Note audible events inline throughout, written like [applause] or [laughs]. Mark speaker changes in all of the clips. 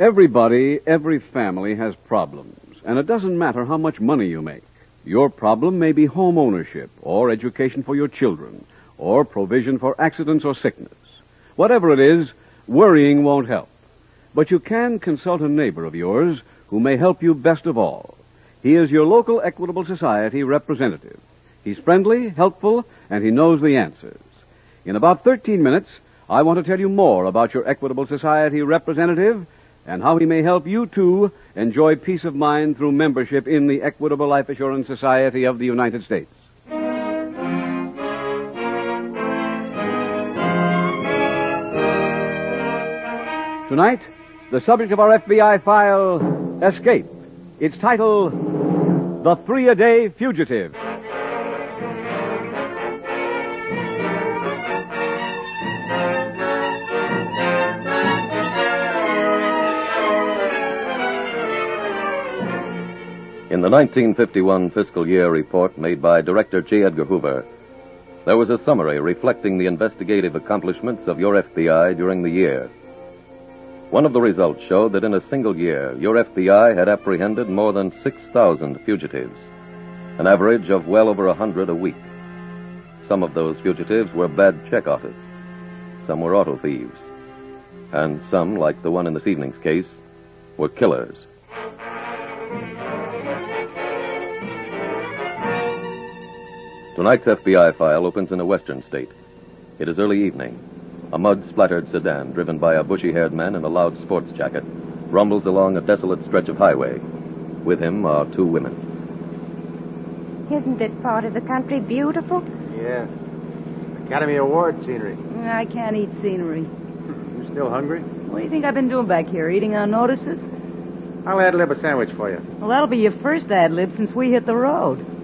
Speaker 1: Everybody, every family has problems, and it doesn't matter how much money you make. Your problem may be home ownership, or education for your children, or provision for accidents or sickness. Whatever it is, worrying won't help. But you can consult a neighbor of yours who may help you best of all. He is your local Equitable Society representative. He's friendly, helpful, and he knows the answers. In about 13 minutes, I want to tell you more about your Equitable Society representative and how he may help you, too, enjoy peace of mind through membership in the Equitable Life Assurance Society of the United States. Tonight, the subject of our FBI file, Escape. Its title, The Three A Day Fugitive.
Speaker 2: In the 1951 fiscal year report made by Director J. Edgar Hoover, there was a summary reflecting the investigative accomplishments of your FBI during the year. One of the results showed that in a single year, your FBI had apprehended more than 6,000 fugitives, an average of well over 100 a week. Some of those fugitives were bad check artists, some were auto thieves, and some, like the one in this evening's case, were killers. Tonight's FBI file opens in a western state. It is early evening. A mud splattered sedan driven by a bushy haired man in a loud sports jacket rumbles along a desolate stretch of highway. With him are two women.
Speaker 3: Isn't this part of the country beautiful?
Speaker 4: Yeah. Academy Award scenery.
Speaker 3: Mm, I can't eat scenery.
Speaker 4: You still hungry?
Speaker 3: What do you think I've been doing back here? Eating our notices?
Speaker 4: I'll add lib a sandwich for you.
Speaker 3: Well, that'll be your first ad lib since we hit the road.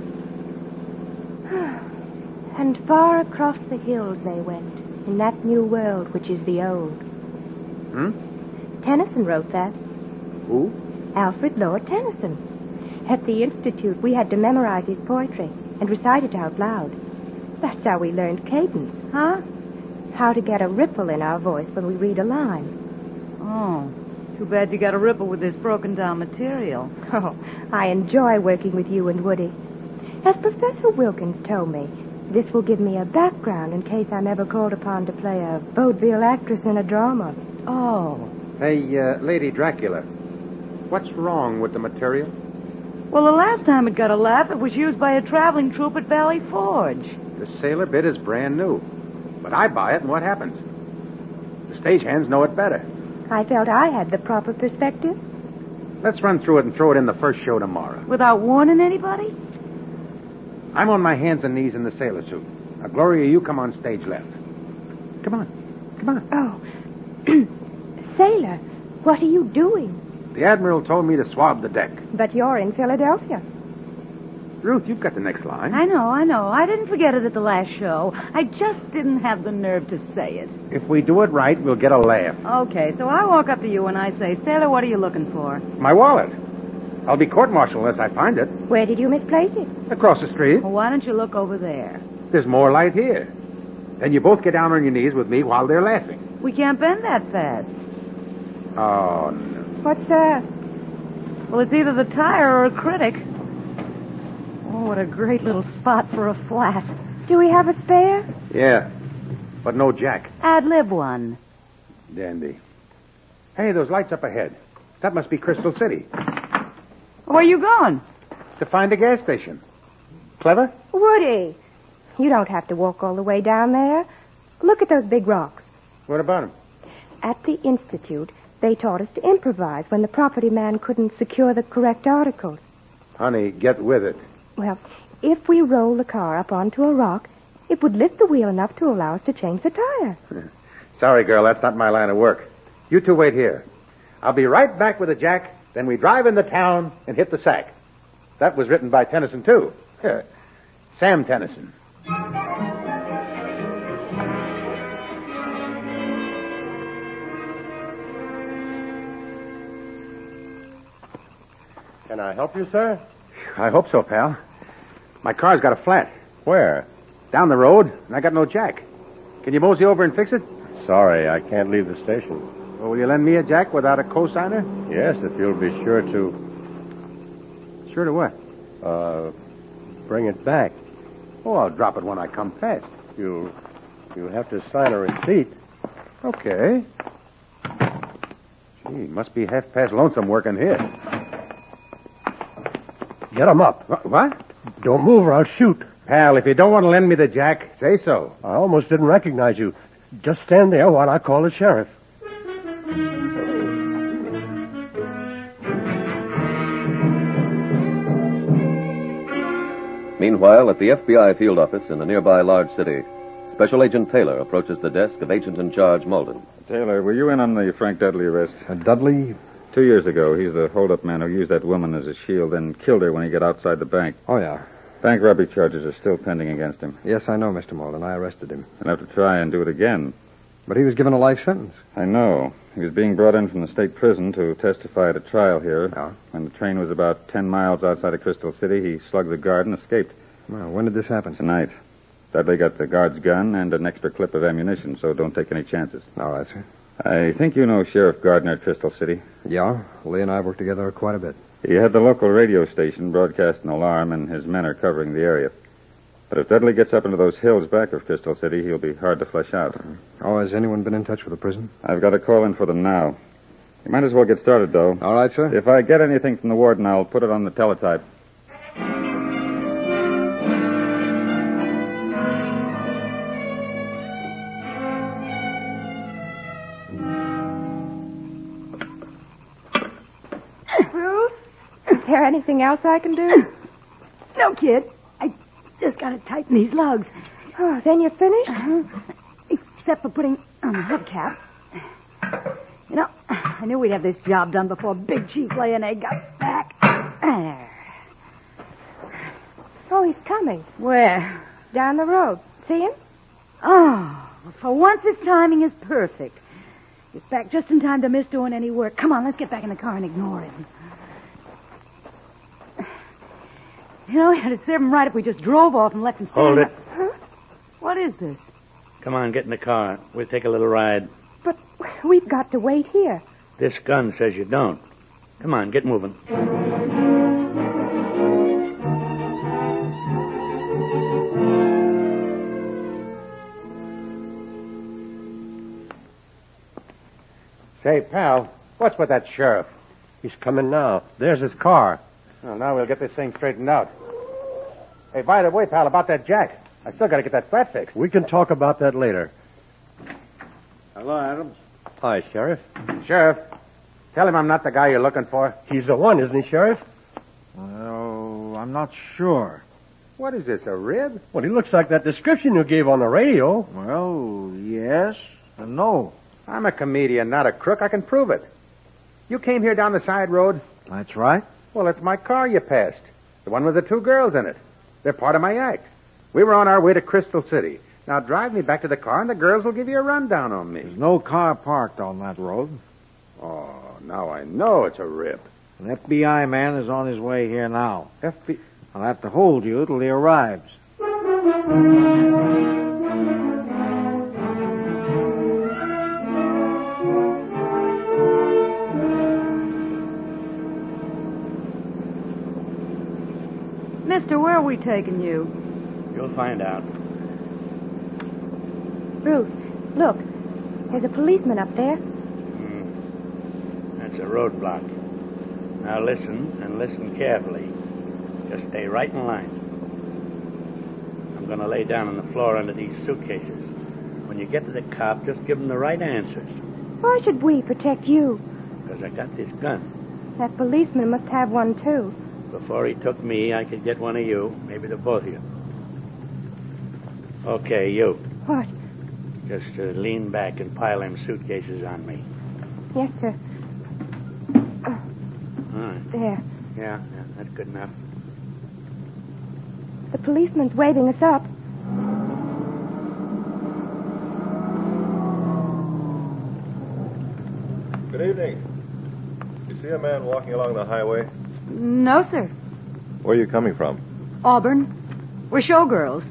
Speaker 5: And far across the hills they went, in that new world which is the old.
Speaker 4: Hmm?
Speaker 5: Tennyson wrote that.
Speaker 4: Who?
Speaker 5: Alfred Lord Tennyson. At the Institute, we had to memorize his poetry and recite it out loud. That's how we learned cadence,
Speaker 3: Huh?
Speaker 5: how to get a ripple in our voice when we read a line.
Speaker 3: Oh. Too bad you got a ripple with this broken down material.
Speaker 5: Oh, I enjoy working with you and Woody. As Professor Wilkins told me, this will give me a background in case I'm ever called upon to play a vaudeville actress in a drama.
Speaker 3: Oh.
Speaker 4: Hey, uh, Lady Dracula. What's wrong with the material?
Speaker 3: Well, the last time it got a laugh, it was used by a traveling troupe at Valley Forge.
Speaker 4: The sailor bit is brand new. But I buy it, and what happens? The stagehands know it better.
Speaker 5: I felt I had the proper perspective.
Speaker 4: Let's run through it and throw it in the first show tomorrow.
Speaker 3: Without warning anybody?
Speaker 4: I'm on my hands and knees in the sailor suit. Now, Gloria, you come on stage left. Come on. Come on.
Speaker 5: Oh, [clears throat] sailor, what are you doing?
Speaker 4: The Admiral told me to swab the deck.
Speaker 5: But you're in Philadelphia.
Speaker 4: Ruth, you've got the next line.
Speaker 3: I know, I know. I didn't forget it at the last show. I just didn't have the nerve to say it.
Speaker 4: If we do it right, we'll get a laugh.
Speaker 3: Okay, so I walk up to you and I say, Sailor, what are you looking for?
Speaker 4: My wallet. I'll be court martialed unless I find it.
Speaker 5: Where did you misplace it?
Speaker 4: Across the street.
Speaker 3: Well, why don't you look over there?
Speaker 4: There's more light here. Then you both get down on your knees with me while they're laughing.
Speaker 3: We can't bend that fast.
Speaker 4: Oh, no.
Speaker 5: What's uh, that?
Speaker 3: Well, it's either the tire or a critic. Oh, what a great little spot for a flat.
Speaker 5: Do we have a spare?
Speaker 4: Yeah. But no Jack.
Speaker 3: Ad lib one.
Speaker 4: Dandy. Hey, those lights up ahead. That must be Crystal City.
Speaker 3: Where you going?
Speaker 4: To find a gas station. Clever?
Speaker 5: Woody, you don't have to walk all the way down there. Look at those big rocks.
Speaker 4: What about him?
Speaker 5: At the Institute, they taught us to improvise when the property man couldn't secure the correct articles.
Speaker 4: Honey, get with it.
Speaker 5: Well, if we roll the car up onto a rock, It would lift the wheel enough to allow us to change the tire.
Speaker 4: Sorry, girl, that's not my line of work. You two wait here. I'll be right back with a jack, then we drive into town and hit the sack. That was written by Tennyson, too. Sam Tennyson.
Speaker 6: Can I help you, sir?
Speaker 4: I hope so, pal. My car's got a flat.
Speaker 6: Where?
Speaker 4: Down the road, and I got no jack. Can you mosey over and fix it?
Speaker 6: Sorry, I can't leave the station.
Speaker 4: Or will you lend me a jack without a cosigner?
Speaker 6: Yes, if you'll be sure to
Speaker 4: Sure to what?
Speaker 6: uh, bring it back.
Speaker 4: Oh, I'll drop it when I come past.
Speaker 6: You you have to sign a receipt.
Speaker 4: Okay. Gee, must be half past lonesome working here.
Speaker 6: Get 'em up.
Speaker 4: Wha- What?
Speaker 6: Don't move or I'll shoot.
Speaker 4: Pal, if you don't want to lend me the jack, say so.
Speaker 6: I almost didn't recognize you. Just stand there while I call the sheriff.
Speaker 2: Meanwhile, at the FBI field office in a nearby large city, Special Agent Taylor approaches the desk of Agent in Charge Malden.
Speaker 7: Taylor, were you in on the Frank Dudley arrest?
Speaker 8: Uh, Dudley?
Speaker 7: Two years ago, he's the holdup man who used that woman as a shield and killed her when he got outside the bank.
Speaker 8: Oh, yeah.
Speaker 7: Bank robbery charges are still pending against him.
Speaker 8: Yes, I know, Mr. Malden. I arrested him.
Speaker 7: He'll have to try and do it again.
Speaker 8: But he was given a life sentence.
Speaker 7: I know. He was being brought in from the state prison to testify at a trial here.
Speaker 8: Yeah.
Speaker 7: When the train was about 10 miles outside of Crystal City, he slugged the guard and escaped
Speaker 8: Well, when did this happen?
Speaker 7: tonight. Dudley got the guard's gun and an extra clip of ammunition, so don't take any chances.
Speaker 8: All right, sir.
Speaker 7: I think you know Sheriff Gardner at Crystal City.
Speaker 8: Yeah, Lee and I worked together quite a bit.
Speaker 7: He had the local radio station broadcast an alarm, and his men are covering the area. But if Dudley gets up into those hills back of Crystal City, he'll be hard to flesh out.
Speaker 8: Oh, has anyone been in touch with the prison?
Speaker 7: I've got a call in for them now. You might as well get started, though.
Speaker 8: All right, sir.
Speaker 7: If I get anything from the warden, I'll put it on the teletype.
Speaker 5: Ruth, [coughs] is there anything else I can do?
Speaker 9: No, kid. I just gotta tighten these lugs.
Speaker 5: Oh, then you're finished?
Speaker 3: Uh-huh.
Speaker 9: Except for putting on the hubcap. You know, I knew we'd have this job done before Big Chief Lay and Egg got back. There.
Speaker 5: Oh, he's coming.
Speaker 9: Where?
Speaker 5: Down the road. See him?
Speaker 9: Oh, for once his timing is perfect. Get back just in time to miss doing any work. Come on, let's get back in the car and ignore him. You know, it'd serve him right if we just drove off and left him standing.
Speaker 10: Hold it.
Speaker 9: What is this?
Speaker 10: Come on, get in the car. We'll take a little ride.
Speaker 5: But [laughs] we've got to wait here.
Speaker 10: This gun says you don't. Come on, get moving.
Speaker 4: Say, pal, what's with that sheriff?
Speaker 6: He's coming now. There's his car.
Speaker 4: Well, now we'll get this thing straightened out. Hey, by the way, pal, about that jack. I still got to get that flat fixed.
Speaker 6: We can talk about that later.
Speaker 10: Hello, Adams.
Speaker 6: Hi, Sheriff.
Speaker 4: Sheriff, tell him I'm not the guy you're looking for.
Speaker 6: He's the one, isn't he, Sheriff?
Speaker 8: Oh, I'm not sure.
Speaker 4: What is this, a rib?
Speaker 6: Well, he looks like that description you gave on the radio.
Speaker 8: Well, yes and no.
Speaker 4: I'm a comedian, not a crook. I can prove it. You came here down the side road?
Speaker 8: That's right.
Speaker 4: Well, it's my car you passed. The one with the two girls in it. They're part of my act. We were on our way to Crystal City. Now drive me back to the car and the girls will give you a rundown on me.
Speaker 8: no car parked on that road.
Speaker 4: Oh, now I know it's a rib.
Speaker 8: An FBI man is on his way here now.
Speaker 4: FB.
Speaker 8: I'll have to hold you till he arrives.
Speaker 3: Mister, where are we taking you?
Speaker 10: You'll find out.
Speaker 5: Ruth, look. There's a policeman up there.
Speaker 10: That's a roadblock. Now listen and listen carefully. Just stay right in line. I'm going to lay down on the floor under these suitcases. When you get to the cop, just give him the right answers.
Speaker 5: Why should we protect you?
Speaker 10: Because I got this gun.
Speaker 5: That policeman must have one, too.
Speaker 10: Before he took me, I could get one of you, maybe the both of you. Okay, you.
Speaker 5: What?
Speaker 10: Just uh, lean back and pile them suitcases on me.
Speaker 5: Yes, sir.
Speaker 10: All right.
Speaker 5: There.
Speaker 10: Yeah, yeah, that's good enough.
Speaker 5: The policeman's waving us up.
Speaker 11: Good evening. You see a man walking along the highway?
Speaker 3: No, sir.
Speaker 11: Where are you coming from?
Speaker 3: Auburn. We're showgirls.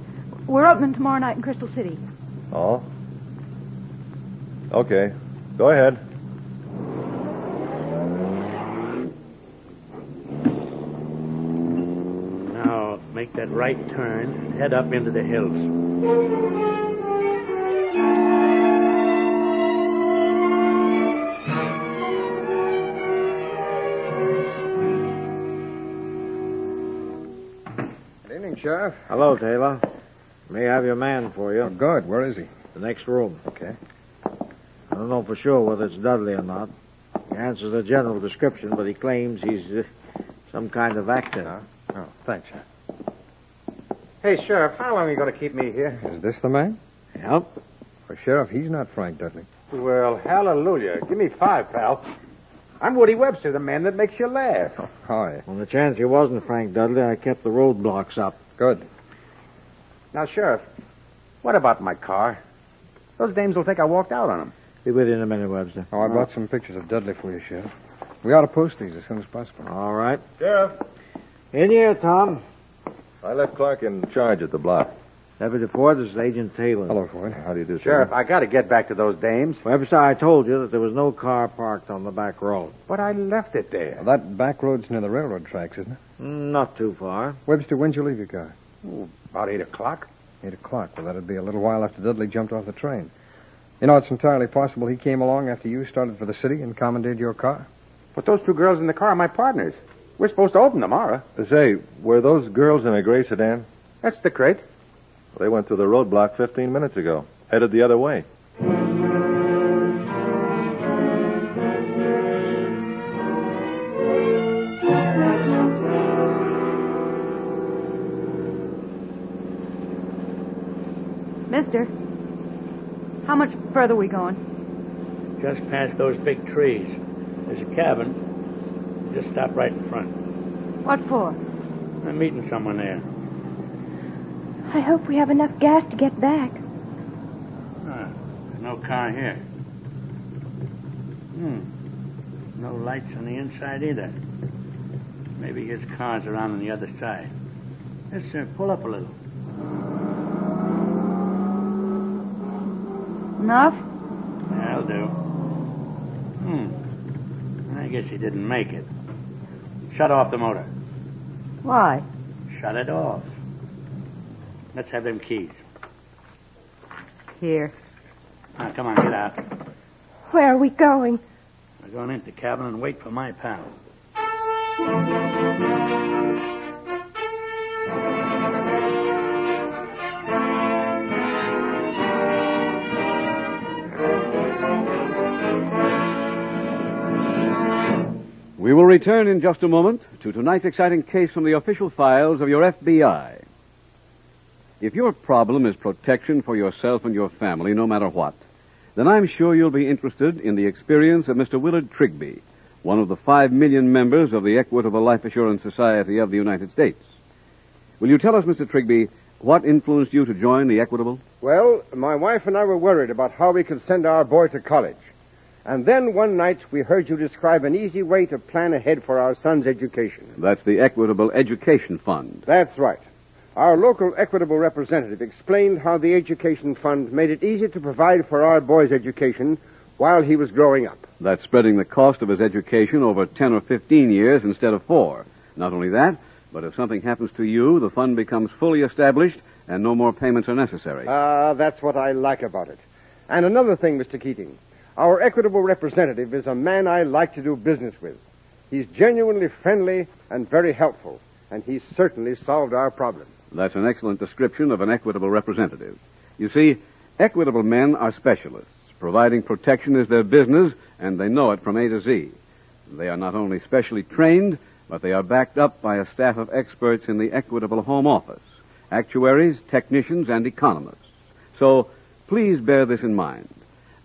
Speaker 3: We're opening tomorrow night in Crystal City.
Speaker 11: Oh? Okay. Go ahead.
Speaker 10: Now make that right turn and head up into the hills.
Speaker 6: Good evening, Sheriff.
Speaker 8: Hello, Taylor. May I have your man for you?
Speaker 6: good. Where is he?
Speaker 8: The next room.
Speaker 6: Okay.
Speaker 8: I don't know for sure whether it's Dudley or not. He answers a general description, but he claims he's uh, some kind of actor.
Speaker 6: Oh, thanks, Sheriff.
Speaker 4: Hey, Sheriff, how long are you going to keep me here?
Speaker 6: Is this the man?
Speaker 8: Yep.
Speaker 6: Well, Sheriff, he's not Frank Dudley.
Speaker 4: Well, hallelujah. Give me five, pal. I'm Woody Webster, the man that makes you laugh.
Speaker 6: How are you?
Speaker 8: On the chance he wasn't Frank Dudley, I kept the roadblocks up.
Speaker 6: Good.
Speaker 4: Now, Sheriff, what about my car? Those dames will think I walked out on them.
Speaker 8: Be with you in a minute, Webster.
Speaker 6: Oh, I brought some pictures of Dudley for you, Sheriff. We ought to post these as soon as possible.
Speaker 8: All right.
Speaker 11: Sheriff.
Speaker 8: In here, Tom.
Speaker 11: I left Clark in charge at the block.
Speaker 8: Deputy Ford, this is Agent Taylor.
Speaker 6: Hello, Floyd. How do you do,
Speaker 4: Sheriff, I got to get back to those dames.
Speaker 8: Webster, I told you that there was no car parked on the back road.
Speaker 4: But I left it there.
Speaker 6: Well, that back road's near the railroad tracks, isn't it?
Speaker 8: Mm, Not too far.
Speaker 6: Webster, when'd you leave your car?
Speaker 4: About eight o'clock.
Speaker 6: Eight o'clock. Well, that'd be a little while after Dudley jumped off the train. You know, it's entirely possible he came along after you started for the city and commandeered your car.
Speaker 4: But those two girls in the car are my partners. We're supposed to open tomorrow.
Speaker 11: Say, were those girls in a gray sedan?
Speaker 4: That's the crate.
Speaker 11: They went through the roadblock 15 minutes ago, headed the other way.
Speaker 3: Mister, how much further we going?
Speaker 10: Just past those big trees. There's a cabin. Just stop right in front.
Speaker 3: What for?
Speaker 10: I'm meeting someone there.
Speaker 5: I hope we have enough gas to get back.
Speaker 10: Huh. Ah, There's no car here. Hmm. No lights on the inside either. Maybe his car's around on the other side. Yes, sir. Pull up a little.
Speaker 3: Enough?
Speaker 10: That'll do. Hmm. I guess he didn't make it. Shut off the motor.
Speaker 3: Why?
Speaker 10: Shut it off. Let's have them keys.
Speaker 3: Here.
Speaker 10: Now, come on, get out.
Speaker 5: Where are we going?
Speaker 10: We're going into the cabin and wait for my pal.
Speaker 1: We will return in just a moment to tonight's exciting case from the official files of your FBI. If your problem is protection for yourself and your family, no matter what, then I'm sure you'll be interested in the experience of Mr. Willard Trigby, one of the five million members of the Equitable Life Assurance Society of the United States. Will you tell us, Mr. Trigby, what influenced you to join the Equitable?
Speaker 6: Well, my wife and I were worried about how we could send our boy to college. And then one night we heard you describe an easy way to plan ahead for our son's education.
Speaker 1: That's the Equitable Education Fund.
Speaker 6: That's right. Our local equitable representative explained how the education fund made it easy to provide for our boy's education while he was growing up.
Speaker 1: That's spreading the cost of his education over 10 or 15 years instead of four. Not only that, but if something happens to you, the fund becomes fully established and no more payments are necessary.
Speaker 6: Ah, that's what I like about it. And another thing, Mr. Keating. Our equitable representative is a man I like to do business with. He's genuinely friendly and very helpful, and he certainly solved our problem.
Speaker 1: That's an excellent description of an equitable representative. You see, equitable men are specialists. Providing protection is their business, and they know it from A to Z. They are not only specially trained, but they are backed up by a staff of experts in the Equitable Home Office actuaries, technicians, and economists. So please bear this in mind.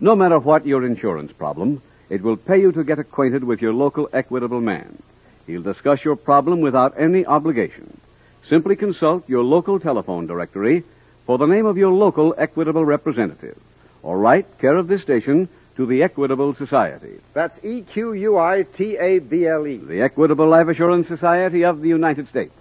Speaker 1: No matter what your insurance problem, it will pay you to get acquainted with your local equitable man. He'll discuss your problem without any obligation. Simply consult your local telephone directory for the name of your local equitable representative. Or write care of this station to the Equitable Society.
Speaker 12: That's E Q U I T A B L E.
Speaker 1: The Equitable Life Assurance Society of the United States.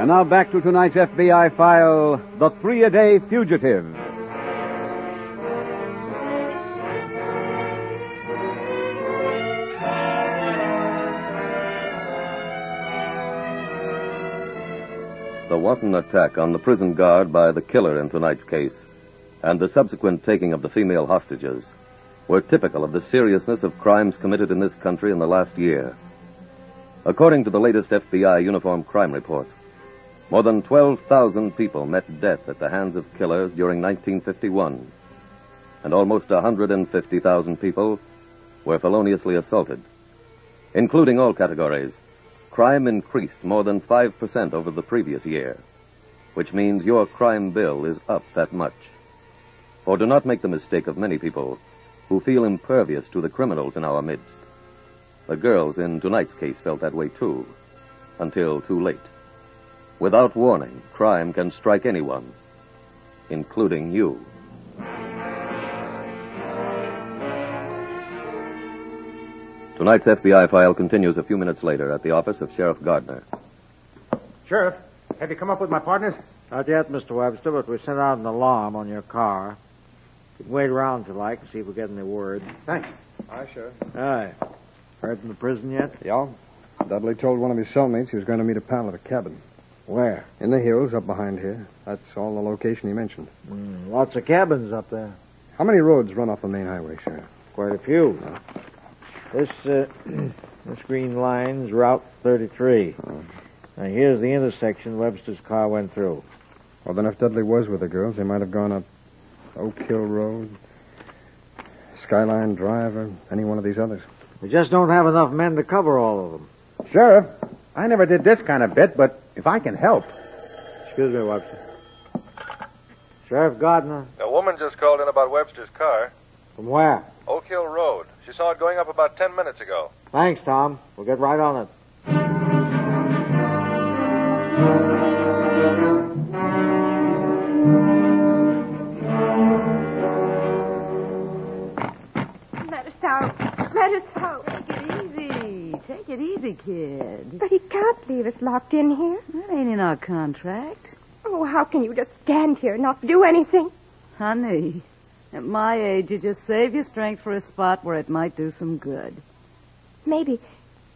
Speaker 1: And now back to tonight's FBI file The Three A Day Fugitive.
Speaker 2: The wanton attack on the prison guard by the killer in tonight's case, and the subsequent taking of the female hostages, were typical of the seriousness of crimes committed in this country in the last year. According to the latest FBI Uniform Crime Report, more than 12,000 people met death at the hands of killers during 1951, and almost 150,000 people were feloniously assaulted. Including all categories, crime increased more than 5% over the previous year, which means your crime bill is up that much. For do not make the mistake of many people who feel impervious to the criminals in our midst. The girls in tonight's case felt that way too, until too late. Without warning, crime can strike anyone, including you. Tonight's FBI file continues a few minutes later at the office of Sheriff Gardner.
Speaker 4: Sheriff, have you come up with my partners?
Speaker 8: Not yet, Mr. Webster, but we sent out an alarm on your car. You can wait around if you like and see if we get any word.
Speaker 4: Thanks.
Speaker 13: Aye, Sheriff.
Speaker 8: Aye. Heard from the prison yet?
Speaker 12: Yeah. Dudley told one of his cellmates he was going to meet a pal at a cabin.
Speaker 8: Where?
Speaker 12: In the hills up behind here. That's all the location he mentioned.
Speaker 8: Mm, lots of cabins up there.
Speaker 12: How many roads run off the main highway, Sheriff?
Speaker 8: Quite a few. This uh, [clears throat] this green line's Route 33. Now here's the intersection Webster's car went through.
Speaker 12: Well, then if Dudley was with the girls, they might have gone up Oak Hill Road, Skyline Drive, or any one of these others.
Speaker 8: We just don't have enough men to cover all of them.
Speaker 4: Sheriff, I never did this kind of bit, but if I can help.
Speaker 8: Excuse me, Webster. Sheriff Gardner.
Speaker 13: A woman just called in about Webster's car.
Speaker 8: From where?
Speaker 13: Oak Hill Road. She saw it going up about ten minutes ago.
Speaker 8: Thanks, Tom. We'll get right on it.
Speaker 5: Let us out. Let us out.
Speaker 3: Take it easy. Take it easy, kid.
Speaker 5: But he can't leave us locked in here.
Speaker 3: That ain't in our contract.
Speaker 5: Oh, how can you just stand here and not do anything?
Speaker 3: Honey, at my age, you just save your strength for a spot where it might do some good. [laughs]
Speaker 5: Maybe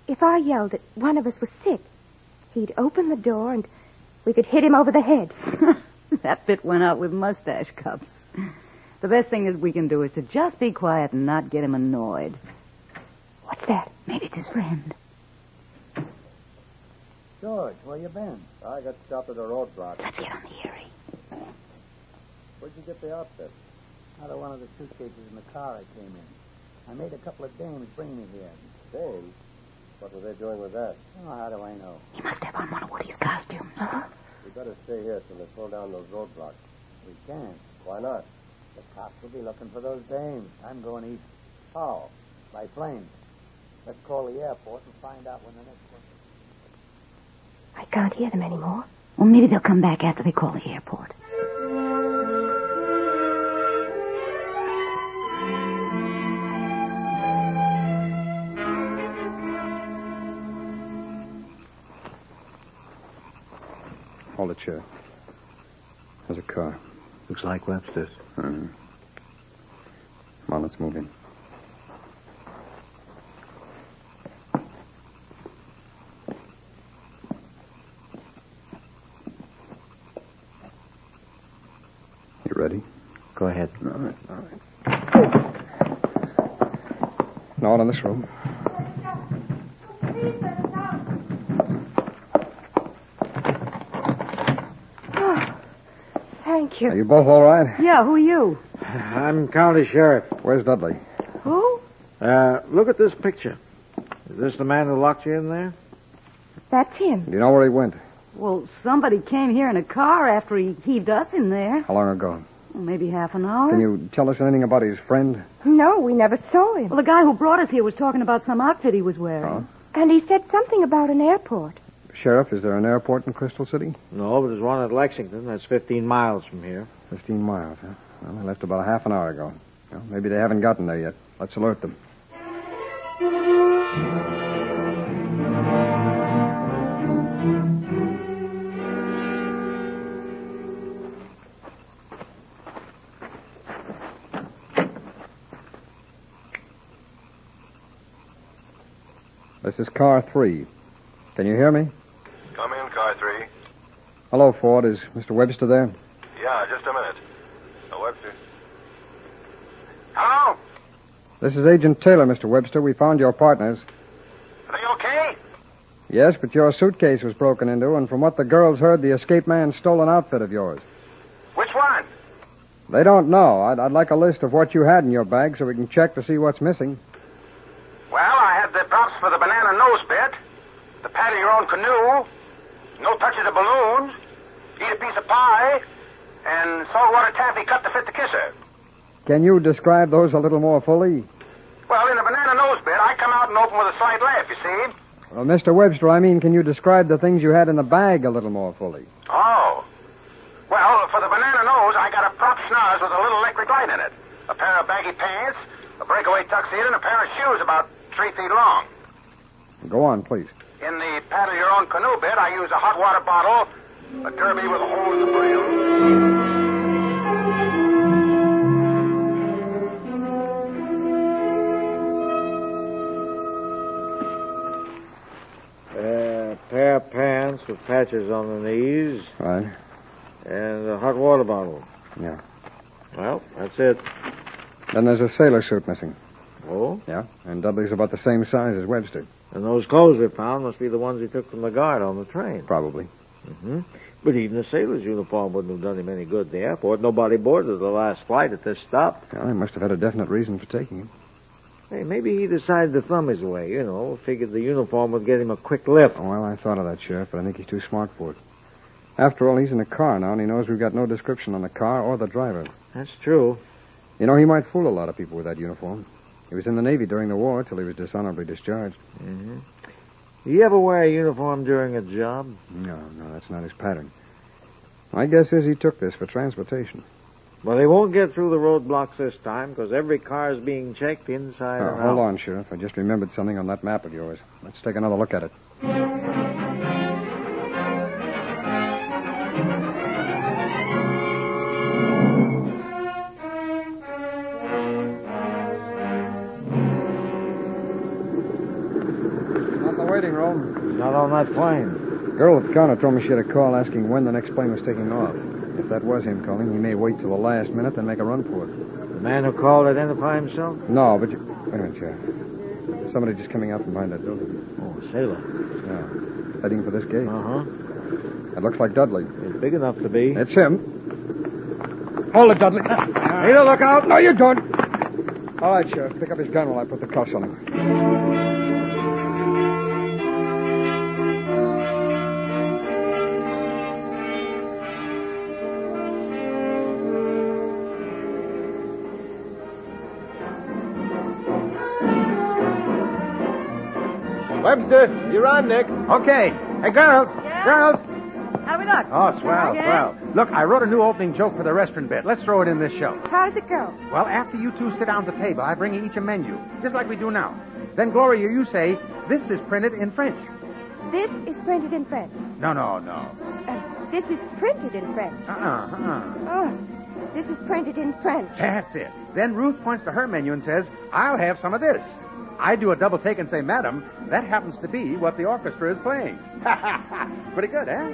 Speaker 5: if I yelled that one of us was sick, he'd open the door and we could hit him over the head.
Speaker 3: that bit went out with mustache cups. The best thing that we can do is to just be quiet and not get him annoyed.
Speaker 5: What's that?
Speaker 3: Maybe it's his friend.
Speaker 14: George, where you been? I got stopped at a roadblock.
Speaker 3: Let's get on the Erie.
Speaker 14: Where'd you get the outfit? Out of one of the suitcases in the car I came in. I made a couple of dames bring me here. They? What were they doing with that? Oh, how do I know?
Speaker 3: He must have on one of Woody's costumes.
Speaker 5: Uh-huh.
Speaker 14: We better stay here till they pull down those roadblocks. We can't. Why not? The cops will be looking for those dames. I'm going east. How? By plane. Let's call the airport and find out when the next one.
Speaker 5: I can't hear them anymore.
Speaker 3: Well, maybe they'll come back after they call the airport.
Speaker 12: Hold it, Sheriff. There's a car.
Speaker 8: Looks like Webster's.
Speaker 12: Mhm. Come on, let's move in. You ready?
Speaker 8: Go ahead.
Speaker 12: All right, all right. Not in this room.
Speaker 5: Thank
Speaker 12: Are
Speaker 5: you.
Speaker 12: you both all right?
Speaker 3: Yeah, who are you?
Speaker 8: I'm county sheriff.
Speaker 12: Where's Dudley?
Speaker 3: Who?
Speaker 8: Uh, look at this picture. Is this the man who locked you in there?
Speaker 5: That's him.
Speaker 12: You know where he went?
Speaker 3: Well, somebody came here in a car after he heaved us in there.
Speaker 12: How long ago?
Speaker 3: Well, maybe half an hour.
Speaker 12: Can you tell us anything about his friend?
Speaker 5: No, we never saw him.
Speaker 3: Well, the guy who brought us here was talking about some outfit he was wearing.
Speaker 12: Huh?
Speaker 5: And he said something about an airport.
Speaker 12: Sheriff, is there an airport in Crystal City?
Speaker 8: No, but there's one at Lexington. That's 15 miles from here.
Speaker 12: 15 miles, huh? Well, they left about a half an hour ago. Well, maybe they haven't gotten there yet. Let's alert them. This is car three. Can you hear me?
Speaker 13: Come in, car three.
Speaker 12: Hello, Ford. Is Mr. Webster there?
Speaker 13: Yeah, just a minute. Uh, Webster. Hello?
Speaker 12: This is Agent Taylor, Mr. Webster. We found your partners.
Speaker 13: Are they okay?
Speaker 12: Yes, but your suitcase was broken into, and from what the girls heard, the escaped man stole an outfit of yours.
Speaker 13: Which one?
Speaker 12: They don't know. I'd, I'd like a list of what you had in your bag so we can check to see what's missing.
Speaker 13: Well, I had the props for the banana nose bit, the paddle your own canoe, no touches of balloons, eat a piece of pie, and saltwater taffy cut to fit the kisser.
Speaker 12: Can you describe those a little more fully?
Speaker 13: Well, in the banana nose bit, I come out and open with a slight laugh, you see.
Speaker 12: Well, Mr. Webster, I mean, can you describe the things you had in the bag a little more fully?
Speaker 13: Oh. Well, Oh, for the banana nose, I got a prop schnoz with a little electric light in it, a pair of baggy pants, a breakaway tuxedo, and a pair of shoes about three feet long.
Speaker 12: Go on, please.
Speaker 13: In the paddle your own canoe bit, I use a hot water bottle, a derby with a hole in the brim.
Speaker 8: A Uh, pair of pants with patches on the knees,
Speaker 12: Right.
Speaker 8: and a hot water bottle.
Speaker 12: Yeah.
Speaker 8: Well, that's it.
Speaker 12: Then there's a sailor suit missing.
Speaker 8: Oh?
Speaker 12: Yeah. And Dudley's about the same size as Webster.
Speaker 8: And those clothes we found must be the ones he took from the guard on the train.
Speaker 12: Probably.
Speaker 8: hmm But even a sailor's uniform wouldn't have done him any good at the airport. Nobody boarded the last flight at this stop.
Speaker 12: Well, he must have had a definite reason for taking him.
Speaker 8: Hey, maybe he decided to thumb his way, you know. Figured the uniform would get him a quick lift.
Speaker 12: Oh, well, I thought of that, Sheriff, but I think he's too smart for it. After all, he's in a car now, and he knows we've got no description on the car or the driver.
Speaker 8: That's true.
Speaker 12: You know, he might fool a lot of people with that uniform. He was in the Navy during the war till he was dishonorably discharged.
Speaker 8: hmm You ever wear a uniform during a job?
Speaker 12: No, no, that's not his pattern. My guess is he took this for transportation.
Speaker 8: Well, they won't get through the roadblocks this time because every car is being checked inside
Speaker 12: Oh,
Speaker 8: and out.
Speaker 12: hold on, Sheriff. I just remembered something on that map of yours. Let's take another look at it. Not in the waiting room.
Speaker 8: Not on that plane.
Speaker 12: Girl at the counter told me she had a call asking when the next plane was taking off. If that was him calling, he may wait till the last minute, then make a run for it.
Speaker 8: The man who called identify himself?
Speaker 12: No, but you... Wait a minute, Sheriff. Somebody just coming out from behind that building.
Speaker 8: Oh, a sailor.
Speaker 12: Yeah. Heading for this gate.
Speaker 8: Uh-huh.
Speaker 12: It looks like Dudley.
Speaker 8: He's big enough to be.
Speaker 12: It's him. Hold it, Dudley. Need a look out. No, you don't. All right, Sheriff. Pick up his gun while I put the cuffs on him.
Speaker 4: Webster, you're on next. Okay. Hey, girls.
Speaker 9: Yeah?
Speaker 4: Girls.
Speaker 9: How do we look?
Speaker 4: Oh, swell,
Speaker 9: Okay.
Speaker 4: swell. Look, I wrote a new opening joke for the restaurant bit. Let's throw it in this show.
Speaker 5: How did it go?
Speaker 4: Well, after you two sit down to table, I bring you each a menu, just like we do now. Then, Gloria, you say, this is printed in French.
Speaker 5: This is printed in French.
Speaker 4: No, no, no.
Speaker 5: Uh, this is printed in French.
Speaker 4: Uh-uh, uh
Speaker 5: Oh, this is printed in French.
Speaker 4: That's it. Then Ruth points to her menu and says, I'll have some of this. I do a double take and say, Madam, that happens to be what the orchestra is playing. [laughs] Pretty good, eh?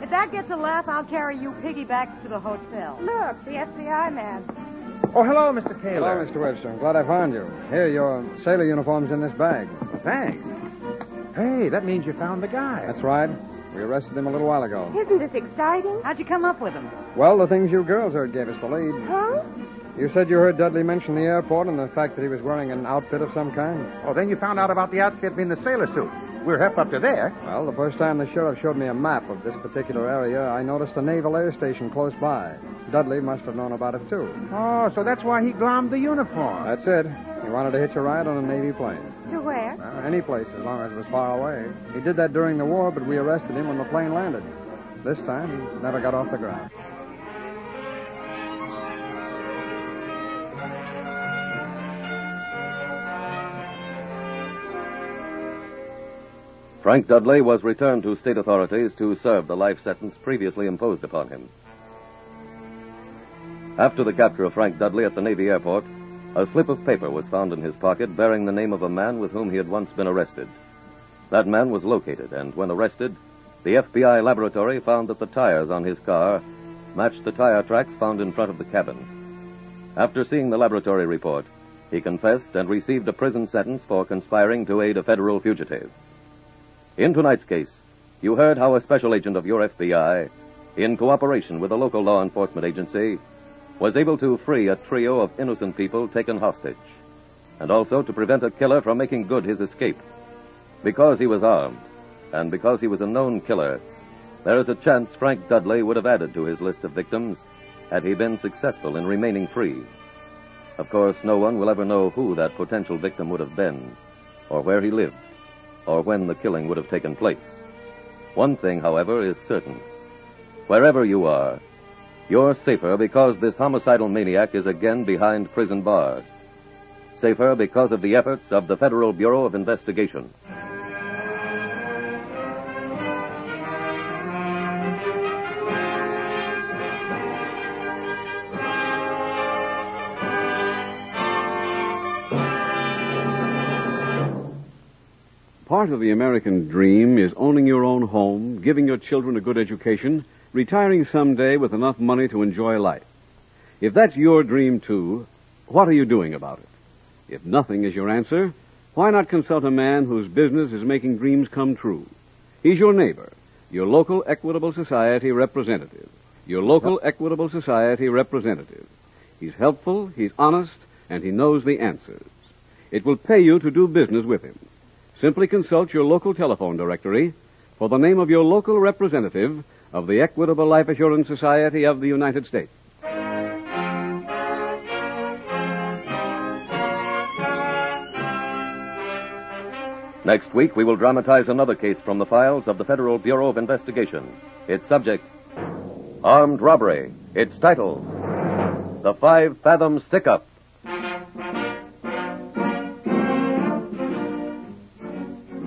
Speaker 9: If that gets a laugh, I'll carry you piggyback to the hotel.
Speaker 5: Look, the FBI man.
Speaker 4: Oh, hello, Mr. Taylor.
Speaker 12: Hello, Mr. Webster. I'm glad I found you. Here, your sailor uniform's in this bag.
Speaker 4: Thanks. Hey, that means you found the guy.
Speaker 12: That's right. We arrested him a little while ago.
Speaker 5: Isn't this exciting?
Speaker 9: How'd you come up with him?
Speaker 12: Well, the things you girls heard gave us the lead.
Speaker 5: Huh?
Speaker 12: You said you heard Dudley mention the airport and the fact that he was wearing an outfit of some kind.
Speaker 4: Oh, then you found out about the outfit being the sailor suit. We're half up to there.
Speaker 15: Well, the first time the sheriff showed me a map of this particular area, I noticed a naval air station close by. Dudley must have known about it, too.
Speaker 4: Oh, so that's why he glommed the uniform.
Speaker 15: That's it. He wanted to hitch a ride on a Navy plane.
Speaker 5: To where?
Speaker 15: Well, any place, as long as it was far away. He did that during the war, but we arrested him when the plane landed. This time, he never got off the ground.
Speaker 2: Frank Dudley was returned to state authorities to serve the life sentence previously imposed upon him. After the capture of Frank Dudley at the Navy airport, a slip of paper was found in his pocket bearing the name of a man with whom he had once been arrested. That man was located, and when arrested, the FBI laboratory found that the tires on his car matched the tire tracks found in front of the cabin. After seeing the laboratory report, he confessed and received a prison sentence for conspiring to aid a federal fugitive. In tonight's case, you heard how a special agent of your FBI, in cooperation with a local law enforcement agency, was able to free a trio of innocent people taken hostage, and also to prevent a killer from making good his escape. Because he was armed, and because he was a known killer, there is a chance Frank Dudley would have added to his list of victims had he been successful in remaining free. Of course, no one will ever know who that potential victim would have been, or where he lived or when the killing would have taken place. One thing, however, is certain. Wherever you are, you're safer because this homicidal maniac is again behind prison bars. Safer because of the efforts of the Federal Bureau of Investigation.
Speaker 1: Part of the American dream is owning your own home, giving your children a good education, retiring someday with enough money to enjoy life. If that's your dream too, what are you doing about it? If nothing is your answer, why not consult a man whose business is making dreams come true? He's your neighbor, your local Equitable Society representative. Your local Equitable Society representative. He's helpful, he's honest, and he knows the answers. It will pay you to do business with him simply consult your local telephone directory for the name of your local representative of the Equitable Life Assurance Society of the United States.
Speaker 2: Next week, we will dramatize another case from the files of the Federal Bureau of Investigation. Its subject, Armed Robbery. Its title, The Five Fathom Stick Up.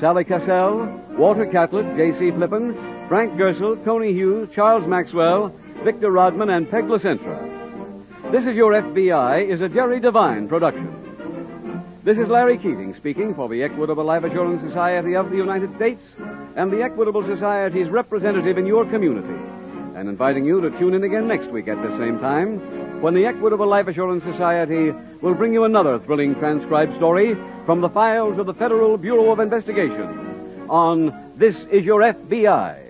Speaker 1: Sally Cassell, Walter Catlett, J.C. Flippin, Frank Gersel, Tony Hughes, Charles Maxwell, Victor Rodman, and Peg Placentra. This is Your FBI is a Jerry Devine production. This is Larry Keating speaking for the Equitable Life Assurance Society of the United States and the Equitable Society's representative in your community, and inviting you to tune in again next week at the same time when the Equitable Life Assurance Society will bring you another thrilling transcribed story from the files of the Federal Bureau of Investigation on This Is Your FBI.